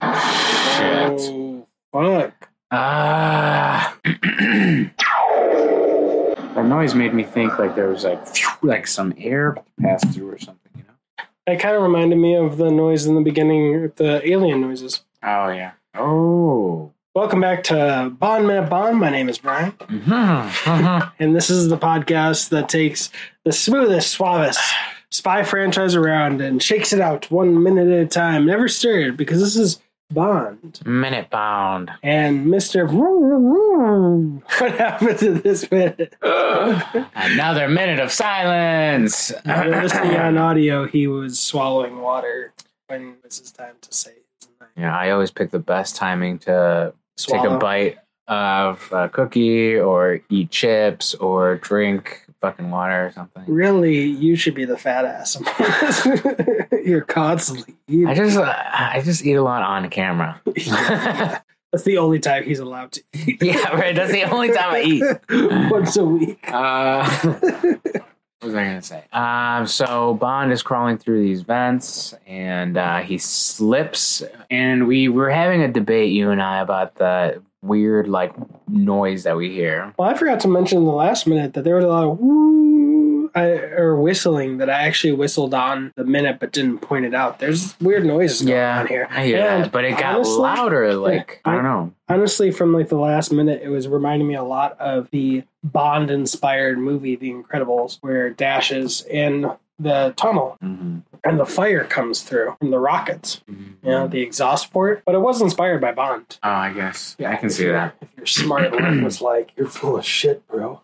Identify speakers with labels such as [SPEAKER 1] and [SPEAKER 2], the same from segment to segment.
[SPEAKER 1] Oh, Fuck.
[SPEAKER 2] Ah. that noise made me think like there was like phew, like some air passed through or something, you know?
[SPEAKER 1] That kind of reminded me of the noise in the beginning, the alien noises.
[SPEAKER 2] Oh yeah. Oh.
[SPEAKER 1] Welcome back to Bond Minute Bond. My name is Brian,
[SPEAKER 2] Mhm.
[SPEAKER 1] and this is the podcast that takes the smoothest, suavest spy franchise around and shakes it out one minute at a time. Never stirred because this is Bond.
[SPEAKER 2] Mm-hmm. Minute bound.
[SPEAKER 1] And Mr. What happened to this minute?
[SPEAKER 2] Another minute of silence.
[SPEAKER 1] If you're listening on audio, he was swallowing water when it was his time to say his name.
[SPEAKER 2] Yeah, I always pick the best timing to take
[SPEAKER 1] Swallow.
[SPEAKER 2] a bite of a cookie or eat chips or drink fucking water or something.
[SPEAKER 1] Really, you should be the fat ass. You're constantly eating.
[SPEAKER 2] I just I just eat a lot on camera. yeah,
[SPEAKER 1] That's the only time he's allowed to eat.
[SPEAKER 2] right. That's the only time I eat.
[SPEAKER 1] Once a week.
[SPEAKER 2] Uh, what was I going to say? Um, so Bond is crawling through these vents and uh, he slips. And we were having a debate, you and I, about the weird like noise that we hear.
[SPEAKER 1] Well, I forgot to mention in the last minute that there was a lot of woo I, or whistling that I actually whistled on the minute but didn't point it out. There's weird noises going on here.
[SPEAKER 2] I hear that,
[SPEAKER 1] And
[SPEAKER 2] but it got
[SPEAKER 1] honestly-
[SPEAKER 2] louder. Like I don't know.
[SPEAKER 1] Honestly, from like the last minute, it was reminding me a lot of the Bond inspired movie, The Incredibles, where Dash is in the tunnel
[SPEAKER 2] Mhm.
[SPEAKER 1] and the fire comes through from the rockets, you know, the exhaust port. But it was inspired by Bond.
[SPEAKER 2] Oh, I guess I can
[SPEAKER 1] if
[SPEAKER 2] see
[SPEAKER 1] you're-
[SPEAKER 2] that.
[SPEAKER 1] If you're smart, Lynn was like, you're full of shit, bro.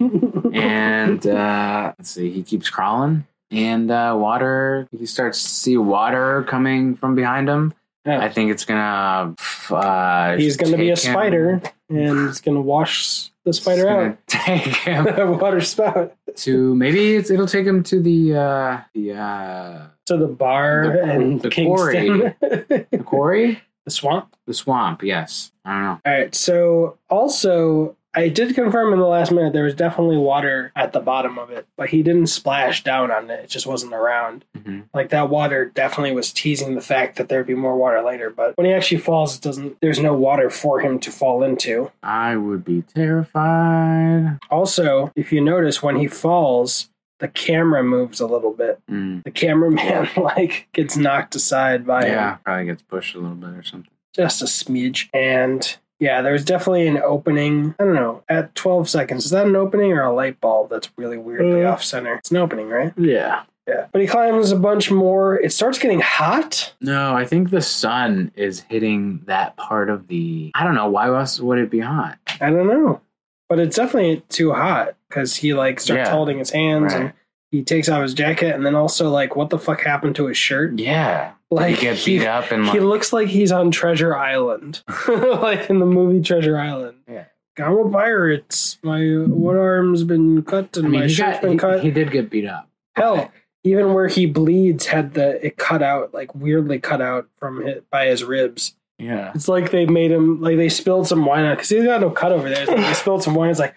[SPEAKER 2] And uh, let's see, he keeps crawling, and uh, water. He starts to see water coming from behind him. I
[SPEAKER 1] Yeah.
[SPEAKER 2] think it's gonna. Uh,
[SPEAKER 1] He's going to be a
[SPEAKER 2] take him-
[SPEAKER 1] spider and he's going to wash the spider
[SPEAKER 2] it's
[SPEAKER 1] out.
[SPEAKER 2] gonna Take him
[SPEAKER 1] The water spout
[SPEAKER 2] to maybe it's, it'll take him to the uh, the uh,
[SPEAKER 1] to the bar
[SPEAKER 2] The-
[SPEAKER 1] and
[SPEAKER 2] the
[SPEAKER 1] Kingston,
[SPEAKER 2] the quarry,
[SPEAKER 1] the swamp.
[SPEAKER 2] the swamp. Yes, I don't know.
[SPEAKER 1] All right. So also, I did confirm in the last minute there was definitely water at the bottom of it, but he didn't splash down on it. It just wasn't around.
[SPEAKER 2] Mhm.
[SPEAKER 1] Like that water definitely was teasing the fact that there'd be more water later. But when he actually falls, it doesn't. There's no water for him to fall into.
[SPEAKER 2] I would be terrified.
[SPEAKER 1] Also, if you notice when he falls. The camera moves a little bit.
[SPEAKER 2] Mm.
[SPEAKER 1] The cameraman like gets knocked aside by him.
[SPEAKER 2] Yeah, probably gets pushed a little bit or something.
[SPEAKER 1] just a smidge. And yeah, there was definitely an opening. I don't know. At 12 seconds, is that an opening or a light bulb that's really weirdly
[SPEAKER 2] Uh.
[SPEAKER 1] off center? It's an opening, right?
[SPEAKER 2] Yeah.
[SPEAKER 1] Yeah. But he climbs a bunch more. It starts getting hot.
[SPEAKER 2] No, I think the sun is hitting that part of the. I don't know why else would it be hot.
[SPEAKER 1] I don't know. But it's definitely too hot because he like starts
[SPEAKER 2] Yeah.
[SPEAKER 1] holding his hands
[SPEAKER 2] Right.
[SPEAKER 1] and he takes off his jacket and then also like what the fuck happened to his shirt?
[SPEAKER 2] Yeah,
[SPEAKER 1] Like
[SPEAKER 2] you get beat
[SPEAKER 1] he,
[SPEAKER 2] up and like,
[SPEAKER 1] he looks like he's on Treasure Island, like in the movie Treasure Island.
[SPEAKER 2] Yeah.
[SPEAKER 1] I'm a pirate. My one arm's been cut and
[SPEAKER 2] I mean,
[SPEAKER 1] my
[SPEAKER 2] he,
[SPEAKER 1] shirt's
[SPEAKER 2] got,
[SPEAKER 1] been
[SPEAKER 2] he-
[SPEAKER 1] cut.
[SPEAKER 2] he did get beat up.
[SPEAKER 1] Hell, even where he bleeds had the it cut out, like weirdly cut out from hit by his ribs.
[SPEAKER 2] Yeah.
[SPEAKER 1] It's like they made him like they spilled some wine on because he's got no cut over there. It's like they spilled some wine. It's like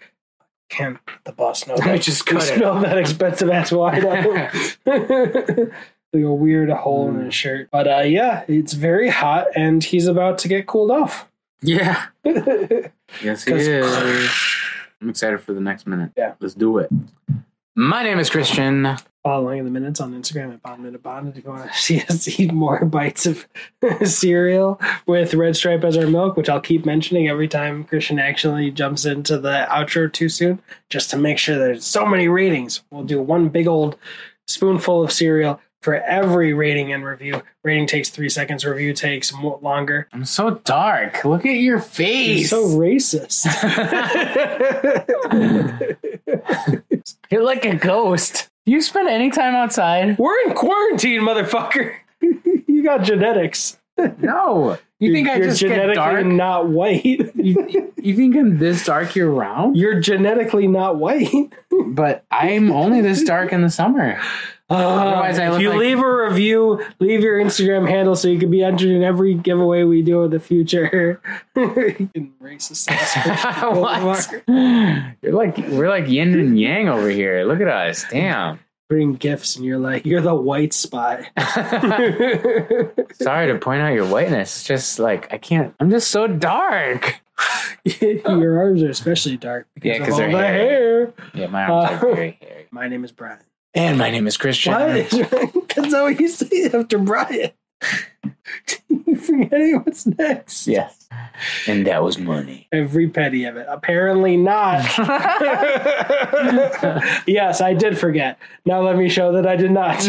[SPEAKER 1] can't the boss know
[SPEAKER 2] I
[SPEAKER 1] that
[SPEAKER 2] just
[SPEAKER 1] we
[SPEAKER 2] cut it.
[SPEAKER 1] spilled that expensive ass wine on him. like a weird hole
[SPEAKER 2] Mm.
[SPEAKER 1] in his shirt. But uh, yeah, it's very hot, and he's about to get cooled off.
[SPEAKER 2] Yeah. Yes, he
[SPEAKER 1] 'Cause-
[SPEAKER 2] is. I'm excited for the next minute.
[SPEAKER 1] Yeah.
[SPEAKER 2] Let's do it. My name is Christian.
[SPEAKER 1] Following the minutes on Instagram at Bond Minute Bond if you want to see us eat more bites of cereal with Red Stripe as our milk, which I'll keep mentioning every time Christian actually jumps into the outro too soon, just to make sure there's so many ratings. We'll do one big old spoonful of cereal for every rating and review. Rating takes three seconds, review takes mo- longer.
[SPEAKER 2] I'm so dark. Look at your face.
[SPEAKER 1] You're so racist.
[SPEAKER 2] You're like a ghost. Do you spend any time outside?
[SPEAKER 1] We're in quarantine, motherfucker. you got genetics.
[SPEAKER 2] No. You think I
[SPEAKER 1] You're
[SPEAKER 2] just get dark?
[SPEAKER 1] not white.
[SPEAKER 2] You, you think I'm this dark year round?
[SPEAKER 1] You're genetically not white.
[SPEAKER 2] But I'm only this dark in the summer. Otherwise, I
[SPEAKER 1] Uh, if
[SPEAKER 2] look
[SPEAKER 1] you
[SPEAKER 2] like-
[SPEAKER 1] leave a review, leave your Instagram handle so you can be entered in every giveaway we do in the future. Fucking racist ass.
[SPEAKER 2] what? You're like we're like yin and yang over here. Look at us. Damn.
[SPEAKER 1] bring gifts and you're like, you're the white spot.
[SPEAKER 2] Sorry to point out your whiteness. It's just like I can't. I'm just so dark.
[SPEAKER 1] your arms are especially dark
[SPEAKER 2] Yeah,
[SPEAKER 1] because
[SPEAKER 2] 'cause
[SPEAKER 1] of all
[SPEAKER 2] they're
[SPEAKER 1] the hair.
[SPEAKER 2] hairy. Yeah, my arms
[SPEAKER 1] Uh,
[SPEAKER 2] are very hairy.
[SPEAKER 1] My name is Brian.
[SPEAKER 2] And my name is Christian.
[SPEAKER 1] What? That's not what you say after Brian. you forgetting what's next.
[SPEAKER 2] Yes. And that was money.
[SPEAKER 1] Every penny of it. Apparently not. yes, I did forget. Now let me show that I did not.